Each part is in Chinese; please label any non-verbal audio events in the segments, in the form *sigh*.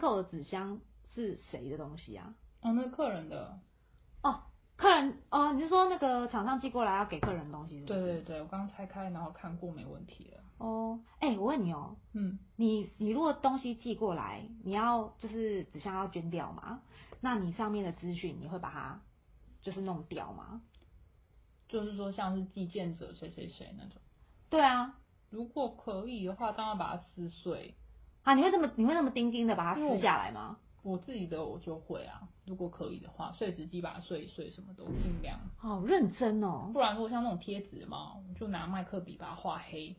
购哎的纸箱是谁的东西啊？哦，那是客人的，客人哦，你是说那个厂商寄过来要给客人的东西是不对是？对对，我刚刚拆开，然后看过没问题了。哦，哎、我问你哦，嗯，你你如果东西寄过来，你要就是纸箱要捐掉嘛？那你上面的资讯你会把它就是弄掉吗？就是说像是寄件者谁谁谁那种，对啊，如果可以的话，当然把它撕碎。啊，你会这么你会那么钉钉的把它撕下来吗？我自己的我就会啊，如果可以的话，碎纸机把它碎一碎，什么都尽量。好认真哦。不然如果像那种贴纸嘛，我就拿麦克笔把它画黑，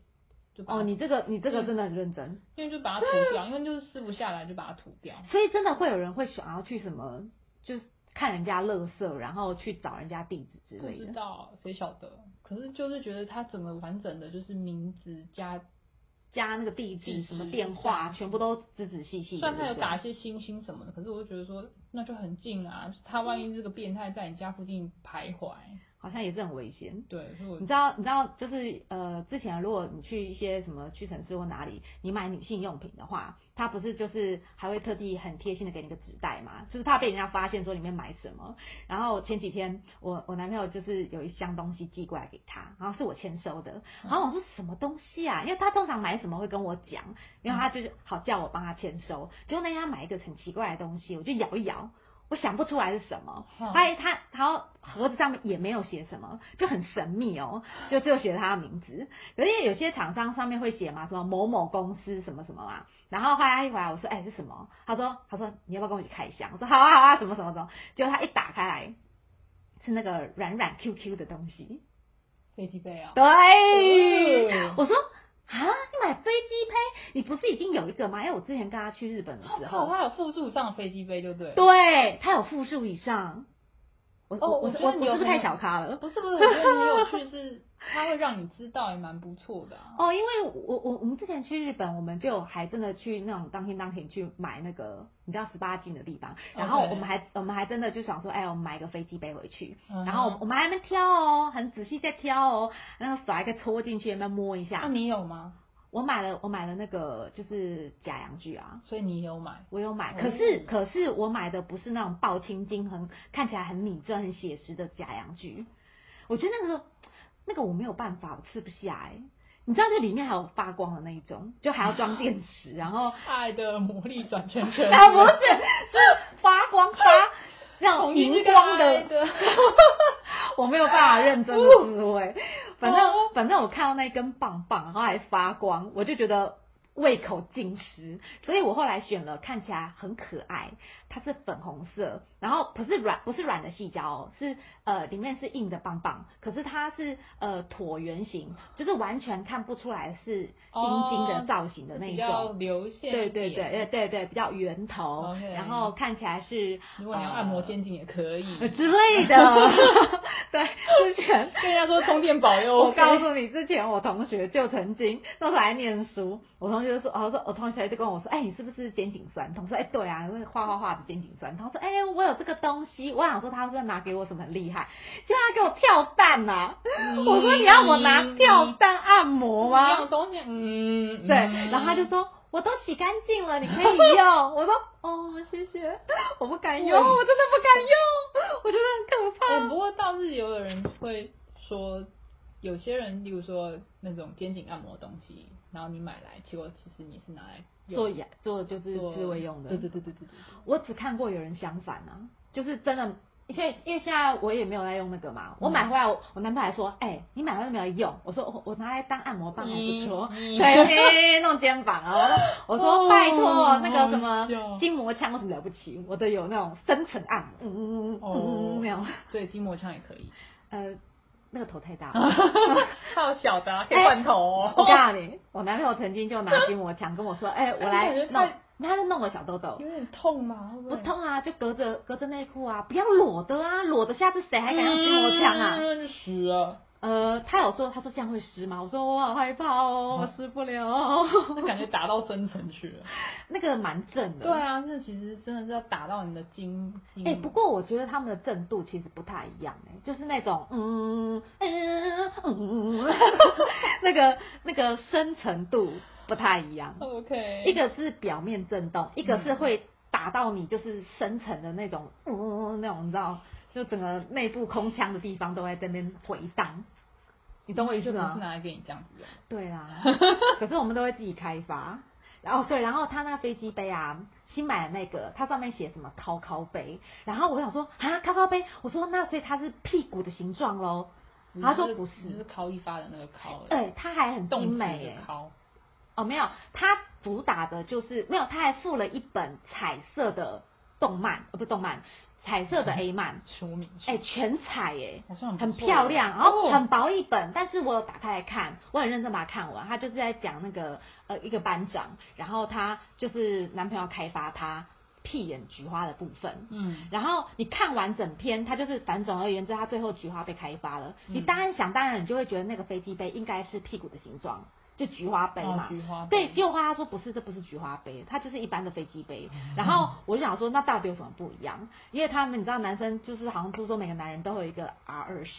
就把它哦，你这个你这个真的很认真，因为就把它涂掉，因为就是撕不下来就把它涂掉。所以真的会有人会想要去什么，就是看人家乐色，然后去找人家地址之不类知的。道谁晓得，可是就是觉得它整个完整的就是名字加，加那个地址、地址什么电话，全部都仔仔细细虽的。然它有对不对打一些星星什么的，可是我就觉得说那就很近啊，他万一这个变态在你家附近徘徊，好像也是很危险。对，所以我你知道，你知道，就是呃，之前如果你去一些什么屈臣氏或哪里，你买女性用品的话，它不是就是还会特地很贴心的给你个纸袋嘛，就是怕被人家发现说里面买什么。然后前几天我我男朋友就是有一箱东西寄过来给他，然后是我签收的，然后我说什么东西啊？因为他通常买什么会跟我讲，然后他就是好叫我帮他签收。结果那天他买一个很奇怪的东西，我就摇一摇，我想不出来是什么。嗯哎，他然后盒子上面也没有写什么，就很神秘哦，就只有写他的名字。可是因为有些厂商上面会写嘛，什么某某公司什么什么嘛。然后后来他一回来，我说哎、是什么？他说他说你要不要跟我一起开箱？我说好啊好啊，什么什么什么。结果他一打开来。是那个软软 QQ 的东西，飞机杯啊，对，哦我说啊，你买飞机杯，你不是已经有一个吗？因为哎我之前跟他去日本的时哦，候，它有复数张的飞机杯，对不对？对他有复数以上，我、哦我我我觉得我你我是有不是很太小咖了？不是不是，我觉得你有趣是，它会让你知道，也蛮不错的、啊。哦，因为我我我们之前去日本，我们就还真的去那种当天当天去买那个你知道十八禁的地方，然后 OK 我们还我们还真的就想说，哎，我们买一个飞机杯回去，嗯然后我们还没挑哦，很仔细在挑哦，那个手还可以戳进去，有没有摸一那、下？你有吗？我买了我买了那个就是假洋具啊，所以你有买？我有买，哦可是、可是我买的不是那种爆青筋很看起来很拟真、很写实的假洋剧，我觉得那个那个我没有办法，我吃不下哎、你知道，就里面还有发光的那一种，就还要装电池，然 *laughs* 后爱的魔力转圈圈，啊不是是发光发那种统一荧这个光爱的，的， *laughs* 我没有办法认真的滋味。反正哦反正我看到那一根棒棒，然后还发光，我就觉得胃口尽失，所以我后来选了看起来很可爱，它是粉红色，然后不是软不是软的细胶哦，是呃里面是硬的棒棒，可是它是呃椭圆形，就是完全看不出来是晶晶的哦造型的那比一较种。流线。对对呃对，对，对对，比较圆头 OK 然后看起来是如果你要按摩肩颈也可以。呃之类的， *laughs* 对，之 *laughs* 前跟人家说充电宝又我 OK，告诉你，之前我同学就曾经那时候还念书，我同学就说，哦，说我同学就跟我说，哎，你是不是肩颈酸痛？我说，哎，对啊，就是画画画的肩颈酸痛。他说，哎，我有这个东西，我想说他是要拿给我什么很厉害，就他给我跳蛋呐、啊。我说你要我拿跳蛋按摩一吗样？东西，嗯，对，嗯然后他就说。我都洗干净了，你可以 *laughs* 用。我说哦，谢谢，我不敢用，我真的不敢用，我觉得很可怕。哎不过倒是有的人会说，有些人，例如说那种肩颈按摩的东西，然后你买来，结果其实你是拿来用做牙做就是做自慰用的。对对对对对对。我只看过有人相反啊，就是真的，因为因为现在我也没有在用那个嘛，嗯我买回来我我男朋友还说，哎、你买回来没有用？我说我我拿来当按摩棒还不错，嗯对，嘿弄肩膀啊。我说我说哦拜托，那个什好么笑筋膜枪有什么了不起？我都有那种深层按摩，嗯嗯嗯嗯哦嗯嗯那种，所以筋膜枪也可以，呃，那个头太大 *laughs* 了。还有小的、啊、可以换头哦。 *laughs* 我告诉你，我男朋友曾经就拿筋膜枪跟我说，哎、我来感觉弄太，他就弄个小痘痘。有点痛吗？会不会痛啊，就隔着隔着内裤啊，不要裸的啊，裸的下次谁还敢用筋膜枪啊？嗯死了，呃，他有说，他说这样会湿吗？我说我好害怕哦，嗯我湿不了。 *laughs* 那感觉打到深层去了。那个蛮正的，对。啊，这其实真的是要打到你的筋筋。哎、不过我觉得他们的震度其实不太一样、哎，就是那种嗯嗯嗯， *laughs* 那个那个深程度不太一样， OK，嗯一个是表面震动，一个是会打到你就是深层的那种，嗡嗡嗡那种，你知道，就整个内部空腔的地方都在这边回荡，你懂我意思就不吗是？拿来给嗯你这样子用。对啊， *laughs* 可是我们都会自己开发。然后对，然后他那飞机杯啊，新买的那个，它上面写什么“靠靠杯”，然后我想说啊，靠靠杯，我说那所以它是屁股的形状喽。他说不你就是是，靠一发的那个靠，对，它还很动精词美欸耶的。靠，哦，没有，它主打的就是没有，它还附了一本彩色的动漫，呃，不是动漫，彩色的 A 漫，说明书哎、全彩哎、好很像嗯哦不错漂亮，然后哦很薄一本，但是我有打开来看，我很认真把它看完。他就是在讲那个呃一个班长，然后他就是男朋友开发他屁眼菊花的部分。嗯，然后你看完整篇，他就是反正总而言之，他最后菊花被开发了。嗯你当然想当然，你就会觉得那个飞机杯应该是屁股的形状，就菊花杯哦嘛。菊花杯对，结果他说不是，这不是菊花杯，它就是一般的飞机杯。嗯然后我就想说，那到底有什么不一样？因为他们你知道，男生就是好像不是说每个男人都会有一个 R 二十，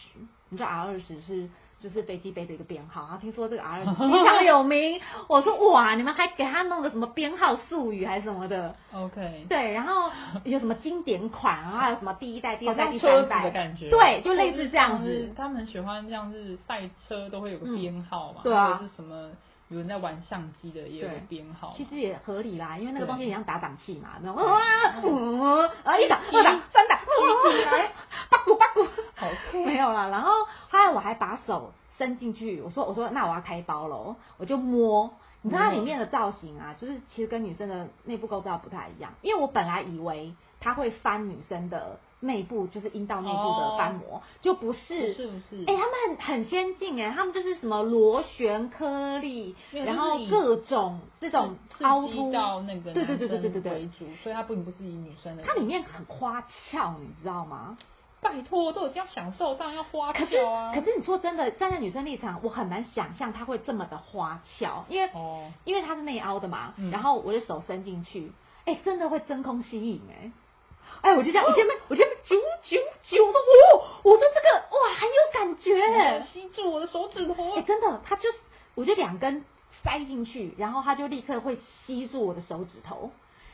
你知道 R 二十是。就是飞机杯的一个编号，然后听说这个 R *laughs* 非常有名，我说哇，你们还给他弄个什么编号术语还是什么的， OK，对，然后有什么经典款，然后还有什么第一代、第好二代、像第车三子的代感觉，对，就类似这样就是子像是。他们喜欢这样是赛车都会有个嗯编号嘛，对啊或者是什么有人在玩相机的也有个对编号嘛，其实也合理啦，因为那个对东西也像打档器嘛，然后哇，嗯，啊，一档、二档、三档，八股八股，好没有啦。然后后来我还把手伸进去，我说我说那我要开包喽，我就摸。你知道它里面的造型啊，就是其实跟女生的内部构造不太一样，因为我本来以为它会翻女生的内部，就是阴道内部的翻模，就不是，是不是？哎、他们很很先进哎，他们就是什么螺旋颗粒，没有然就是后以各种这种刺凹激凸，到那个对对对对男生对对对为主，所以它并不是以女生的。它里面很花俏，你知道吗？拜托都已经要享受，当然要花可是俏啊。可是你说真的，站在女生立场，我很难想象它会这么的花俏，因为、哦，因为它是内凹的嘛，嗯然后我的手伸进去，哎、真的会真空吸引哎、哎，我就这样，我这边，我这边九九九的，哦，我说这个哇，很有感觉哎、我吸住我的手指头啊哎、， *laughs* 真的，它就是，我就两根塞进去，然后它就立刻会吸住我的手指头，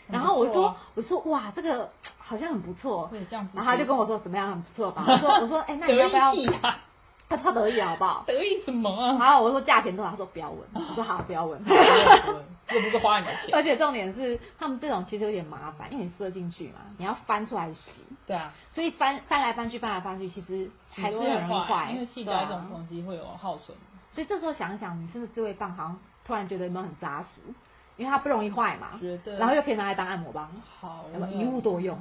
很然后我不错说，啊我说哇，这个好像很不错会，这样子。然后他就跟我说怎么样，很不错 *laughs* 吧？我说我说哎、那你要不要得？意屁啊？他超得意了好不好？得意什么啊？然后我说价钱多少？他说不 *laughs* 要问，我说好，不要问。又不是花你的钱。而且重点是，他们这种其实有点麻烦，因为你射进去嘛，你要翻出来洗，对啊，所以翻翻来翻去，翻来翻去，其实还是都很容易坏，因为气对啊胶这种东西会有耗损。所以这时候想一想，女生的自慰棒好像突然觉得有没有很扎实，因为它不容易坏嘛，觉得啊然后又可以拿来当按摩棒，好，有没有一物多用，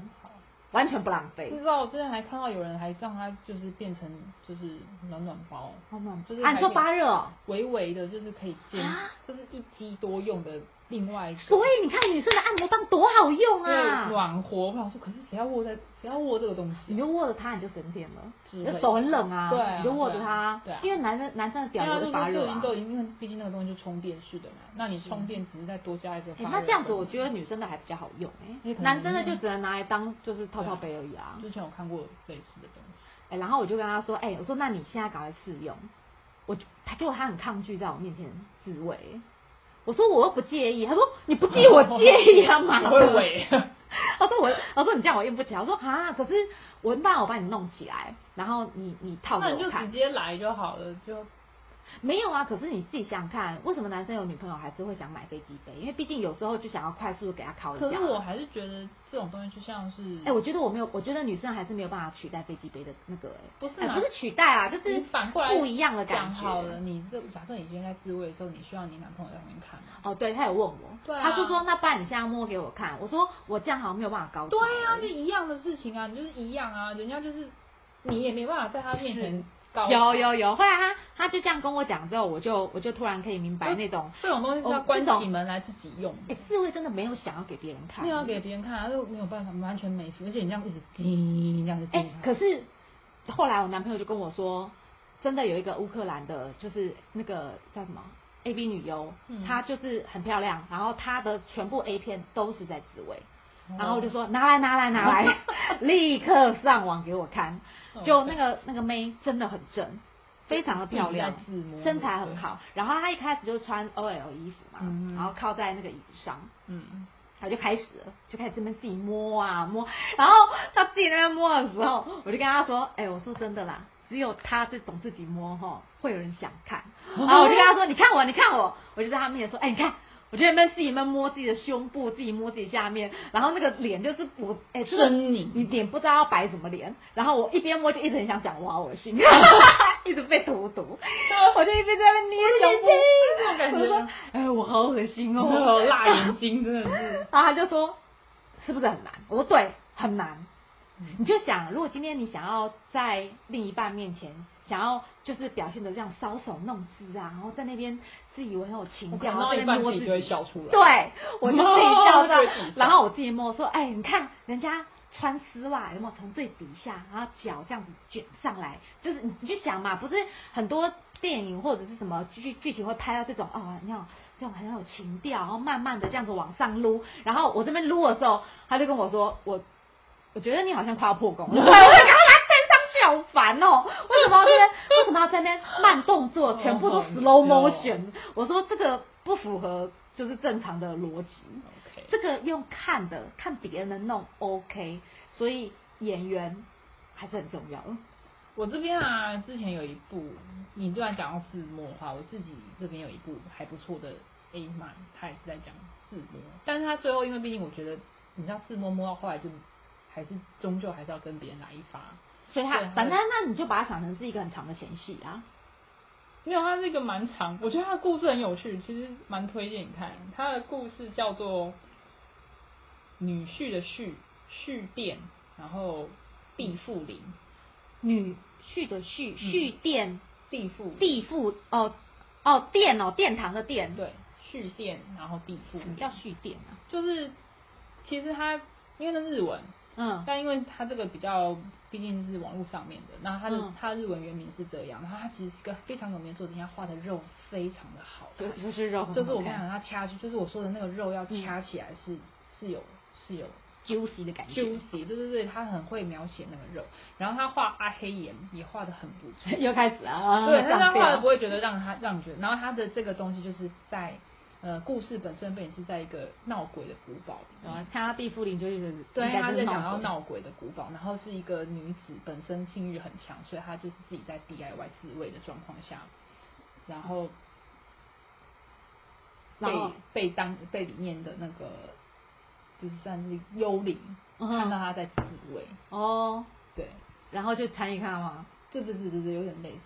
完全不浪费不。知道，我之前还看到有人还让它就是变成就是暖暖包，好暖，就是啊，你说还有发热哦，微微的，就是可以兼啊，就是一机多用的另外一个。所以你看女生的按摩棒多好用对啊！暖和，我想说，可是谁要握在谁要握这个东你西啊？就握着它，你就省电了。之你类的的手很冷啊，对啊你就握着它，对啊对啊因为男生男生的因屌为它也就会是发热已啊经。都已经，因为毕竟那个东西就充电式的嘛，那你充电只是再多加一个哎发热、那这样子，我觉得女生的还比较好用也哎可，能男生的就只能拿来当就是泡泡杯而已啊。 *laughs* 之前有看过类似的东 *laughs* 西，哎、然后我就跟他说，哎、我说那你现在赶快试用，我就他结果他很抗拒在我面前自慰，我说我又不介意，他说你不介意我介意啊，妈 *laughs* 我的，会 *laughs* 萎。他说我，他说你这样我硬不起来，我说啊，可是我不然我帮你弄起来，然后你你套那给你就我直看，接来就好了，就没有啊，可是你自己想想看，为什么男生有女朋友还是会想买飞机杯？因为毕竟有时候就想要快速的给他敲一下。可是我还是觉得这种东西就像是，哎、啊我觉得我没有，我觉得女生还是没有办法取代飞机杯的那个、哎，不是哎嘛不是取代啊，就是你反过来不一样的感讲觉。好了，你这假设你今天在自慰的时候，你需要你男朋友在旁边看吗？哦，对，他有问我，对啊他就说那不然你现在摸给我看，我说我这样好像没有办法高潮。对啊，就一样的事情啊，你就是一样啊，人家就是你也没办法在他面前搞有有有，后来他他就这样跟我讲之后，我就我就突然可以明白嗯那种，这种东西是要哦关这种起门来自己用的哎、。智慧真的没有想要给别人看，没有给别人看，他就没有办法，完全没 feel，而且你这样一直叮，这样子哎、叮他。可是后来我男朋友就跟我说，真的有一个乌克兰的，就是那个叫什么 A B 女优，嗯她就是很漂亮，然后她的全部 A 片都是在自慰。哦然后我就说拿来拿来拿 *laughs* 来，立刻上网给我看哦，就那个那个妹真的很正，非常的漂亮自己在自摸，身材很好。然后她一开始就穿 OL 衣服嘛，嗯然后靠在那个椅子上，嗯，他就开始了，就开始这边自己摸啊摸，然后他自己在那边摸的时候，我就跟他说，哎、我说真的啦，只有他这种自己摸哈，会有人想看。然后我就跟他说，你看我，你看我，我就在他面前说，哎、你看。我就在那边自己在那边摸自己的胸部，自己摸自己下面，然后那个脸就是我，哎、真的狰狞你脸不知道要摆什么脸。然后我一边摸就一直很想讲哇，我心，一直被荼毒，我就一边在那边捏胸部，这种感我就说觉，哎，我好恶心哦，哦，辣眼睛真的是，然后他就说，是不是很难？我说对，很难。嗯你就想，如果今天你想要在另一半面前，想要就是表现的这样搔首弄姿啊，然后在那边自以为很有情我调，然感后到在一那边半摸自自己就会己。笑出来。，对，我就自己 *laughs* 叫到对自己笑，然后我自己摸说，哎，你看人家穿丝袜有没有从最底下，然后脚这样子卷上来，就是你你去想嘛，不是很多电影或者是什么剧剧情会拍到这种哦，你看这种很有情调，然后慢慢的这样子往上撸，然后我这边撸的时候，他就跟我说，我我觉得你好像快要破 *laughs* 功了，我就赶快把他站上去，好烦哦，为什么要在那边为什么要在那边慢动作，全部都哦好 slow 好笑哦 motion？我说这个不符合就是正常的逻辑， OK，这个用看的看别人的弄 OK，所以演员还是很重要。我这边啊，之前有一部，你突然讲到字幕的话，我自己这边有一部还不错的 A 漫，它也是在讲字幕，但是它最后因为毕竟我觉得，你知道字幕摸到后来就还是终究还是要跟别人来一发，所以他对反正那你就把它想成是一个很长的前戏啊。没有，它是一个蛮长，我觉得它的故事很有趣，其实蛮推荐你看。它的故事叫做《女婿的婿续殿》，然后地富林，女婿的嗯婿，婿殿地富林地父哦哦殿哦殿堂的殿，对续殿，然后地富什么林叫续殿啊？就是其实它因为那日文，嗯但因为它这个比较毕竟是网络上面的，那它的、嗯它日文原名是这样，然后它其实是个非常有名的作品，它画的肉非常的好看就，就是肉很好看，嗯就是我跟你讲，它掐下去，就是我说的那个肉要掐起来是、是有是有 juicy 的感觉，，juicy，对对对，他很会描写那个肉，然后他画阿黑岩也画的很不错 *laughs* 又开始啊，对，但上是他画的吊不会觉得让他让你觉得，然后他的这个东西就是在呃故事本身背景是在一个闹鬼的古堡里面有啊，看到地缚灵就是对，应该他就是在讲到鬼闹鬼的古堡，然后是一个女子本身性欲很强，所以她就是自己在 DIY 自慰的状况下，然后然后被被当被里面的那个就是算是幽灵、嗯哼看到她在自慰，哦，对，然后就参与看嘛，对对对对对，有点类似。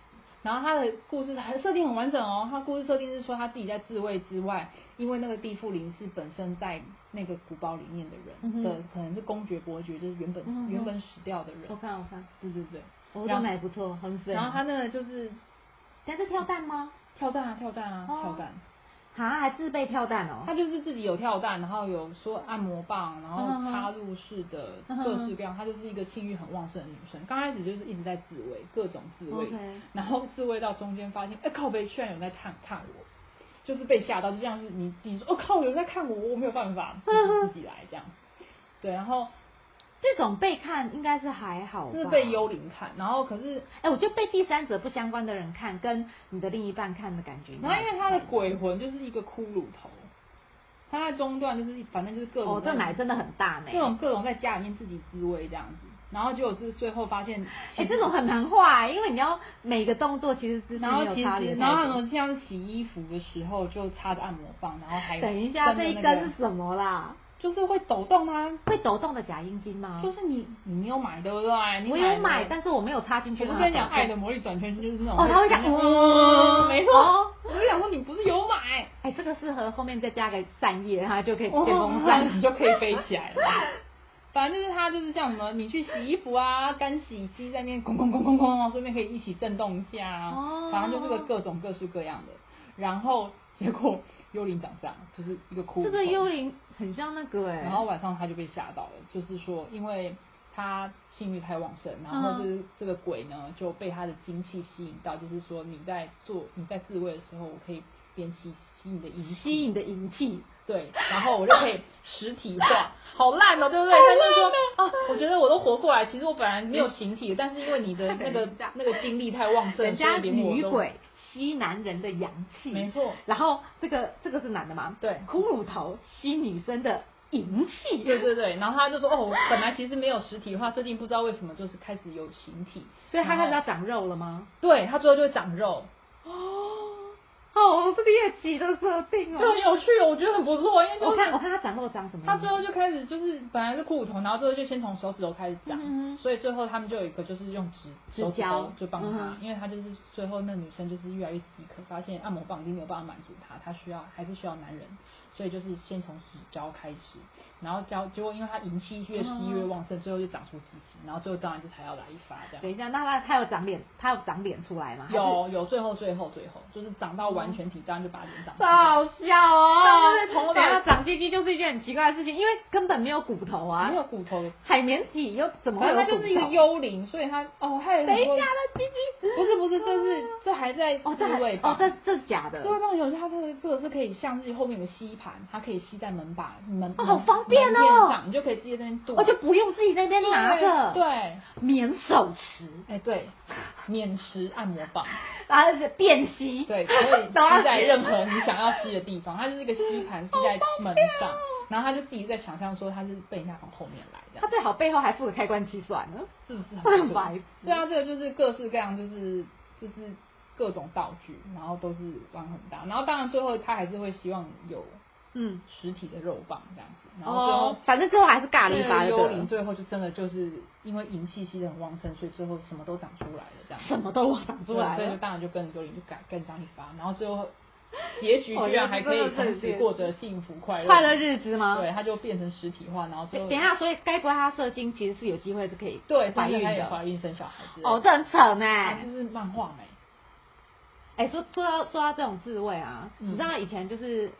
然后他的故事还设定很完整哦，他故事设定是说他自己在自卫之外，因为那个地缚灵是本身在那个古堡里面的嗯哼人的，可能是公爵伯爵，就是原本、嗯哼哦原本死掉的人我。看我看，对对对，我然长后得还不错，很粉。啊然后他那个就是他是跳蛋吗？跳蛋啊，跳蛋啊，哦跳蛋。啊，还自备跳蛋哦。他就是自己有跳蛋，然后有说按摩棒，然嗯后哼插入式的嗯哼各式各样。她就是一个性欲很旺盛的女生，刚开始就是一直在自慰，各种自慰 OK 然后自慰到中间发现，哎、靠北，居然有人在看看我，就是被吓到，就这样是你自己说，哦靠，有人在看我，我没有办法，就是自己来这样。对，然后这种被看应该是还好吧，就是被幽灵看，然后可是哎、我觉得被第三者不相关的人看，跟你的另一半看的感觉应该然后还是因不一为样。他的鬼魂就是一个骷髅头，他在中段就是反正就是各种哦，这奶真的很大呢。各种各种在家里面自己滋味这样子，然后结果就是最后发现，哎、这种很难画、因为你要每个动作其实姿势然后没有其差别实太多。然后那种像洗衣服的时候就插着按摩棒，然后还有等一下，这跟着一那根个是什么啦？就是会抖动啊，会抖动的假阴茎吗？就是你你没有买对不对？啊你我有了买，但是我没有插进去我让它抖动。不是跟你讲爱的魔力转圈圈就是那种哦它会这样嗯没哦错，我就想说你不是有买，哎，这个适合后面再加个扇叶，它就可以电电风风扇。扇就可以飞起 *laughs* 来了。反正就是它就是像什么，你去洗衣服啊，干洗衣机在那边空空空空空，然后顺便可以一起震动一下啊，哦反正就是个各种各式各样的。然后结果幽灵长这样，就是一个哭。这个幽，灵很像那个哎、然后晚上他就被吓到了，就是说因为他性欲太旺盛，然后就是嗯这个鬼呢就被他的精气吸引到，就是说你在做你在自慰的时候，我可以边吸吸你的阴气吸引的银气，对，然后我就可以实体化，好烂哦，对不对？他就是哦说啊，我觉得我都活过来，其实我本来没有形体，但是因为你的那 *laughs* 个等一下那个精力太旺盛，人家所以连我女都鬼吸男人的阳气，没错然后这个这个是男的嘛？对骷髅头吸女生的银器，对对对，然后他就说哦，我本来其实没有实体化设定，不知道为什么就是开始有形体，所以它开始然要后长肉了吗？对它最后就会长肉，哦，好猎奇的设定这哦。很有趣哦，我觉得很不错，因为我就是看我看它长肉长什么他样子最。后就开始就是本来是骷髅头，然后最后就先从手指头开始长，嗯哼所以最后他们就有一个就是用指指手指胶头就帮嗯他，哼因为他就是最后那女生就是越来越饥渴，发现按摩棒已经没有办法满足她，她需要还是需要男人，所以就是先从指胶开始，然后胶结果因为她银气嗯越吸越旺盛，最后就长出鸡鸡，然后最后当然就还要来一发这样。等一下，那它它有长脸，它有长脸出来吗？啊还是，有有最后最后最后就是长到完全体，当然就把脸长出这来。好笑哦！对对对从头到等尾一下长鸡鸡就是一件很奇怪的事情，因为根本没有骨头啊没，有骨头的，海绵体又怎么反会正有他骨头？就是一个幽灵，所以他哦，他有等很一下多那鸡鸡不是不是，这是这还在哦，这自还慰哦棒，这这是假的自，慰棒有它这个这个是可以像是后面有个吸盘，它可以吸在门把门，哦门好方便哦门片上，你就可以自己在那边剁，我就不用自己在那边拿着，对，对免手持，哎对，免持按摩棒，啊，便吸，对，可 *laughs* 以吸都要在写任何你想要吸的地方，它就是一个吸盘吸在门上，然后他就自己在想象说他是被人家从后面来的他，最好背后还附个开关计算呢，是不是 *laughs* 很很不错白痴对啊，这个就是各式各样，就是就是各种道具，然后都是玩很大，然后当然最后他还是会希望有嗯，实体的肉棒这样子，然后最后哦。，反正最后还是尬了一把对就幽对了灵最后就真的就是因为银气吸的很旺盛，所以最后什么都长出来了，这样子什么都长出来对所以了就，当然就跟着幽灵就改跟上一发，然后最后结局哦居然还可原来以是这个从此过着幸福快乐快乐日子吗？对，他就变成实体化，然后最等后等一下，所以该不会他射精其实是有机会是可以对怀孕她也怀的？孕生小孩子哦，这很扯啊哎就！是漫画美。哎，说说到说到这种自慰啊，嗯你知道以前就是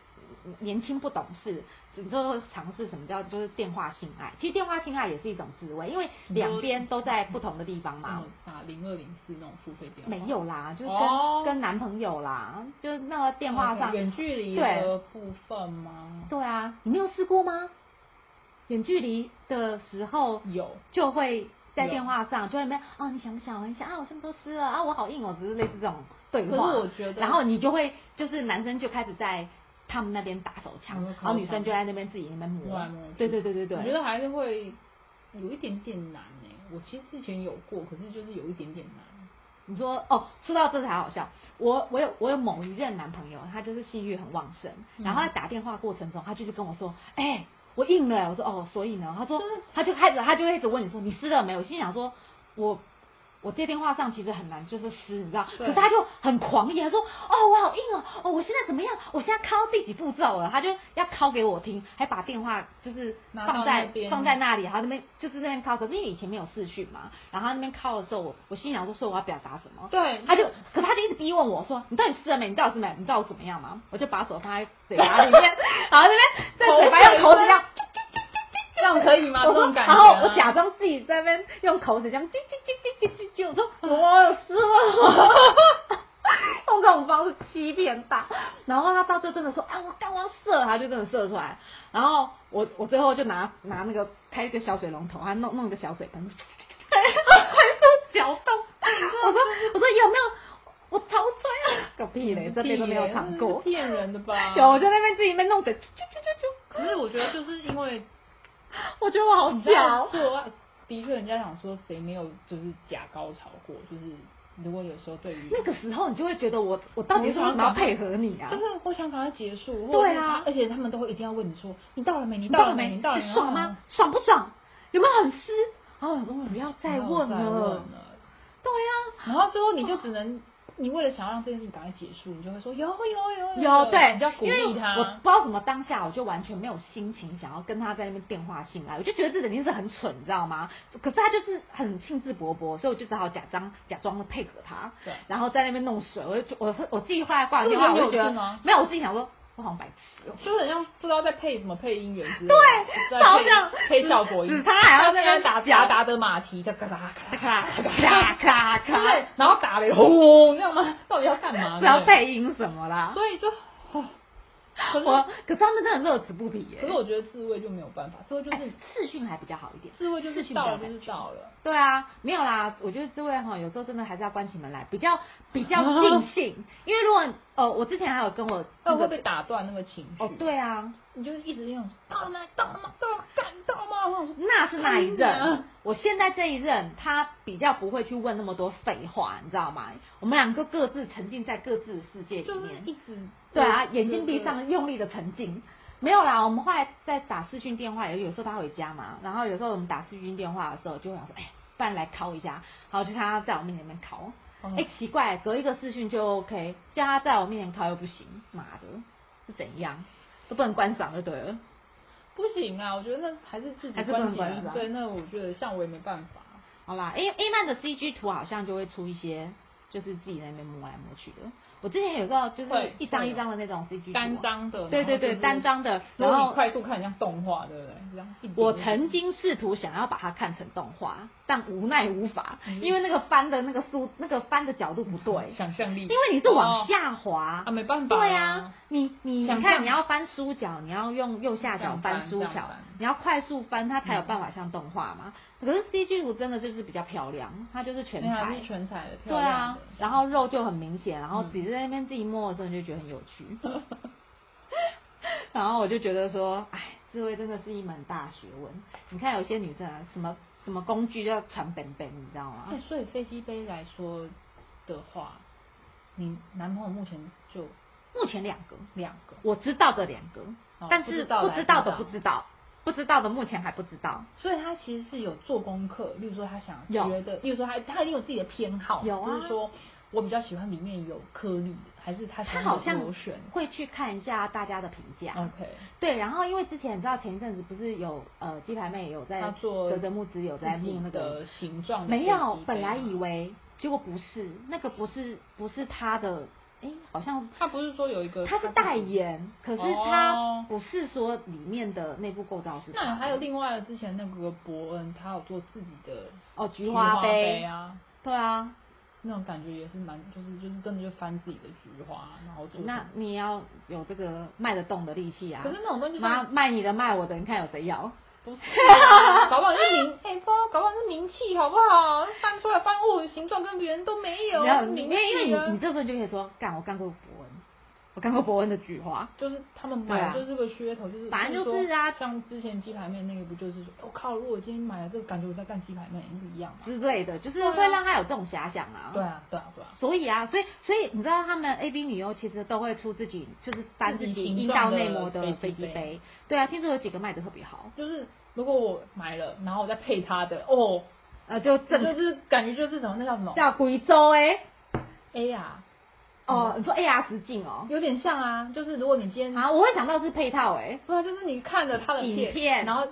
嗯年轻不懂事，就就尝试什么叫就是电话性爱。其实电话性爱也是一种自慰，因为两边都在不同的地方嘛。打零二零四那种付费电嗯话，啊没有啦，就是跟、哦跟男朋友啦，就是那个电话 OK，上。远距离的部分吗？对啊，你没有试过吗？远距离的时候有，就会在有电话上就会没哦，你想不想？你想啊，我现在都湿了啊，我好硬哦，只是类似这种对话。可是我觉得然后你就会就是男生就开始在他们那边打手枪，嗯然后女生就在那边自己那边摸来磨摸去。对对对对对，啊我觉得还是会有一点点难呢、我其实之前有过，可是就是有一点点难。你说哦，说到这才好笑。我我有我有某一任男朋友，他就是性欲很旺盛，嗯然后他打电话过程中，他就是跟我说，哎、我硬了、我说哦，所以呢，他说真的他就开始他就会一直问你说你湿了没有？我心想说，我我接电话上其实很难就是湿，你知道？可对是他就很狂野，他说哦我好硬哦，哦我现在怎么样？我现在敲第几步骤了？他就要敲给我听，还把电话就是拿到放在那边放在那里，然后那边就是那边敲。可是因为以前没有视讯嘛，然后他那边敲的时候，我我心想说，所以我要表达什么？对他就，可是他就一直逼问我说：“你到底吃了没？你到底吃了没？你知道我怎么样吗？”我就把手放在嘴巴里面，然后那边在嘴巴用口指这样，这样可以吗？这我说种，感觉、然后我假，装自己在那边用口指这样啾啾啾啾啾啾，我说我吃了。 *laughs* 用这种方式欺骗他，然后他到最后真的说啊，我刚刚射了，他就真的射出来。然后我我最后就拿拿那个开一个小水龙头，还弄弄一个小水盆， *laughs* 搅动。哎我说我说有没有我潮吹啊？个屁嘞，这边都没有尝过。骗人的 *laughs* 吧？有，我就在那边自己在那边弄着，啾啾啾可是我觉得就是因为啾，我觉得我好你知屌道。做爱，的确人家想说谁没有就是假高潮过，就是如果有时候对于那个时候你就会觉得我我到底为什么要配合你啊就？是我想赶快结束，或者对是啊他而且他们都会一定要问你说你到了没？你你到了没？没？你到了没？哦爽吗？？爽不爽？有没有很湿？然后我说不要再问哦再问了。了，对啊呀、然后最后你就只能，你为了想要让这件事情赶快结束，你就会说有有有有对你就要，鼓因为励我他不。知道怎么当下，我就完全没有心情想要跟他在那边电话性爱，我就觉得这肯定是很蠢，你知道吗？可是他就是很兴致勃勃，所以我就只好假装假装的配合他，对然后在那边弄水，我就觉我是我自己后来挂完这电个话，我很就有觉趣得吗没有，我自己想说，我好像白痴哦、就是很像不知道在配什么配音员之类的，对在好配像配效果音，只只差还要在那他在那边边打夹夹达的马蹄，咔咔咔咔咔咔咔咔咔咔，咔对咔，，然啊后打雷轰，那样吗？到底要干嘛呢？不要配音什么啦。所以就，哦可是我可是他们真的乐此不疲耶、可是我觉得自慰就没有办法，自慰就哎 *laughs* 是视讯还比较好一点。自慰就视是讯比较到有了就感是到了，对啊，没有啦，我觉得滋味哈，有时候真的还是要关起门来，比较比较尽兴。因为如果呃，我之前还有跟我那哦会那被个打断那个情绪。哦，，对啊，你就一直用到了吗？到了吗？到了吗？干到了吗？我想说那是那一哎任呀，我现在这一任他比较不会去问那么多废话，你知道吗？我们两个各自沉浸在各自的世界里就是面，一直对啊，眼睛闭上，用力的沉浸。没有啦，我们后来在打视讯电话，有有时候他回家嘛，然后有时候我们打视讯电话的时候，就会想说，哎，不然来敲一下，然后就他在我面前那边敲。哎、哎，奇怪，隔一个视讯就 OK，叫他在我面前考又不行，妈的，是怎样？都不能观赏就对了。不行啊！我觉得那还是自还己是不能关起来关。上对，那我觉得像我也没办法。好啦，A A 漫的 CG 图好像就会出一些，就是自己在那边摸来摸去的。我之前有个就是会一张一张的那种 CG 图啊单，张的，对对然对，后就是单。张的。如然果你后快速看，像动画，对不对？这样一点我曾经试图想要把它看成动画，但无奈无法，因为那个翻的那个速，那个翻的角度不对，嗯想象力，因为你是往下哦滑啊，。没办法，啊对啊呀，，你你想你看，象你要翻书角，你要用右下角翻书这样角翻这样翻，你要快速翻，它才有办法像动画嘛。可是 CG 图真的就是比较漂亮，它就是全对啊彩是，全彩的，对漂亮啊的。，然后肉就很明显，然后嗯自己在那边自己摸的时候，你就觉得很有 *laughs* 趣。 *laughs* 然后我就觉得说，哎，智慧真的是一门大学问。你看有些女生啊，什么什么工具叫传本本，你知道吗哎，？所以飞机杯来说的话，你男朋友目前就目前两个，两个，我知道的两个，哦但不是知道不的知道的还不不知道，不知道的目前还不知道。所以他其实是有做功课，例如说他想有学的，例如说他他一定有自己的偏好，有啊就是说我比较喜欢里面有颗粒的，还是他喜他欢好有像螺旋哦会去看一下大家的评价。 ？OK，对，然后因为之前你知道前一阵子不是有呃鸡排妹有在他做德德木子有在自己弄那个的形状的没飞有机杯，本来吗以为结果不是那个不是不是他的，哎，好像他不呃是说有一个他是代，言，可是他哦不是说里面的内部构造是自己他那的。还有另外的之前那个伯恩，他有做自己的哦菊花花杯，啊。对啊，那种感觉也是蛮，就是就是真的就翻自己的菊花，然后做成。那你也要有这个卖得动的力气啊可。是那种东西就是妈卖你的卖我的，你看有谁要？不是啊，搞不好是 *laughs* 名，哎、不知道搞不好是名气，好不好？翻出来翻，哦，形状跟别人都没有，然后是你因名为因为气啊你你这时候就可以说，干我干过伯恩，我干过伯恩的菊花，就是他们对买啊的就是个噱头，就是反正就是说啊像之前鸡排妹那个不就是说，我、哦靠，如果今天买了这个，感觉我在干鸡排妹是一样的。之类的，就是对啊会让他有这种遐想啊。对。啊，对啊，对啊。所以啊，所以所以你知道他们 A B 女优其实都会出自己就是翻自自己己形阴道状的内膜的飞飞机机杯杯，对啊，听说有几个卖的特别好，就是如果我买了，然后我再配它的，哦，呃，就这正就是感觉就是什么那叫什么叫贵州哎， A 啊，哦，你说 A R 实境哦，有点像啊，就是如果你今天啊，我会想到是配套哎，不然啊就是你看着他的影片然后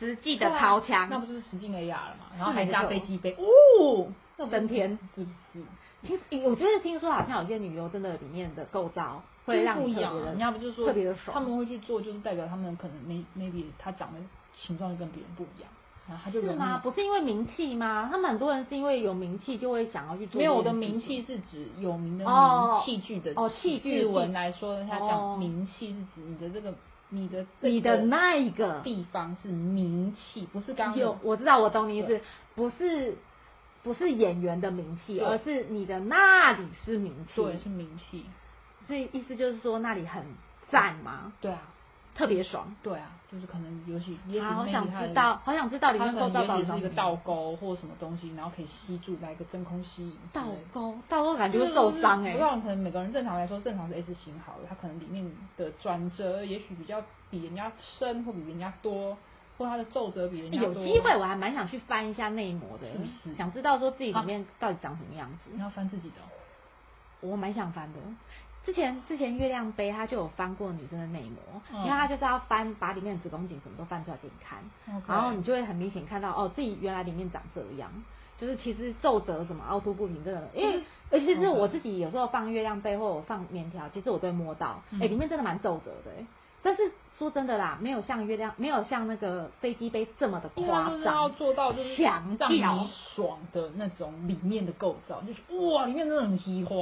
实际的掏枪，那不就是实境 AR 了嘛？然后是还没加错飞机杯，哦，那不是增添是不是？听，我觉得听说好像有些女优真的里面的构造会让不你一特样别啊，的，人家不就是说特别的爽他们会去做，就是代表他们可能 may- maybe 他长得形状就跟别人不一样，然后他就是容易吗？不是因为名气吗？他们很多人是因为有名气就会想要去做这件事情。没有，我的名气是指有名的哦名器具的哦器具日文来说，他哦讲名气是指你的这个你的这你的那一个地方是名气，不是刚刚有的，我知道，我懂你意思，不是不是演员的名气，对而是你的那里是名气，对是名气，所以意思就是说那里很赞嘛，对啊。特别爽。对啊，就是可能也许也许啊，好 maybe 想它知的道，好想知道里它面构可造能到也底许是一个什么倒钩或什么东西，然后可以吸住，来一个真空吸引之倒类的。钩，倒钩感觉就会是受伤哎、不知道可能每个人正常来说，正常是 S 型好了，它可能里面的转折也许比较比人家深，或比人家多，或它的皱褶比人家有多。机会，我还蛮想去翻一下内膜的，是不是啊想知道说自己里面到底长什么样子，你要翻自己的哦、我蛮想翻的。之前之前月亮杯它就有翻过女生的内膜，嗯因为它就是要翻把里面的子宫颈什么都翻出来给你看，然后你就会很明显看到哦自己原来里面长这样，就是其实皱褶什么凹凸不平真的，因为而且嗯是我自己有时候放月亮杯或我放棉条，其实我都会摸到，哎、嗯里面真的蛮皱褶的、哎但是说真的啦，没有像月亮，没有像那个飞机杯这么的因为它夸啊就是要张，做到就是强让调 *laughs* 你爽的那种里面的构造，就是哇，里面真的很奇花。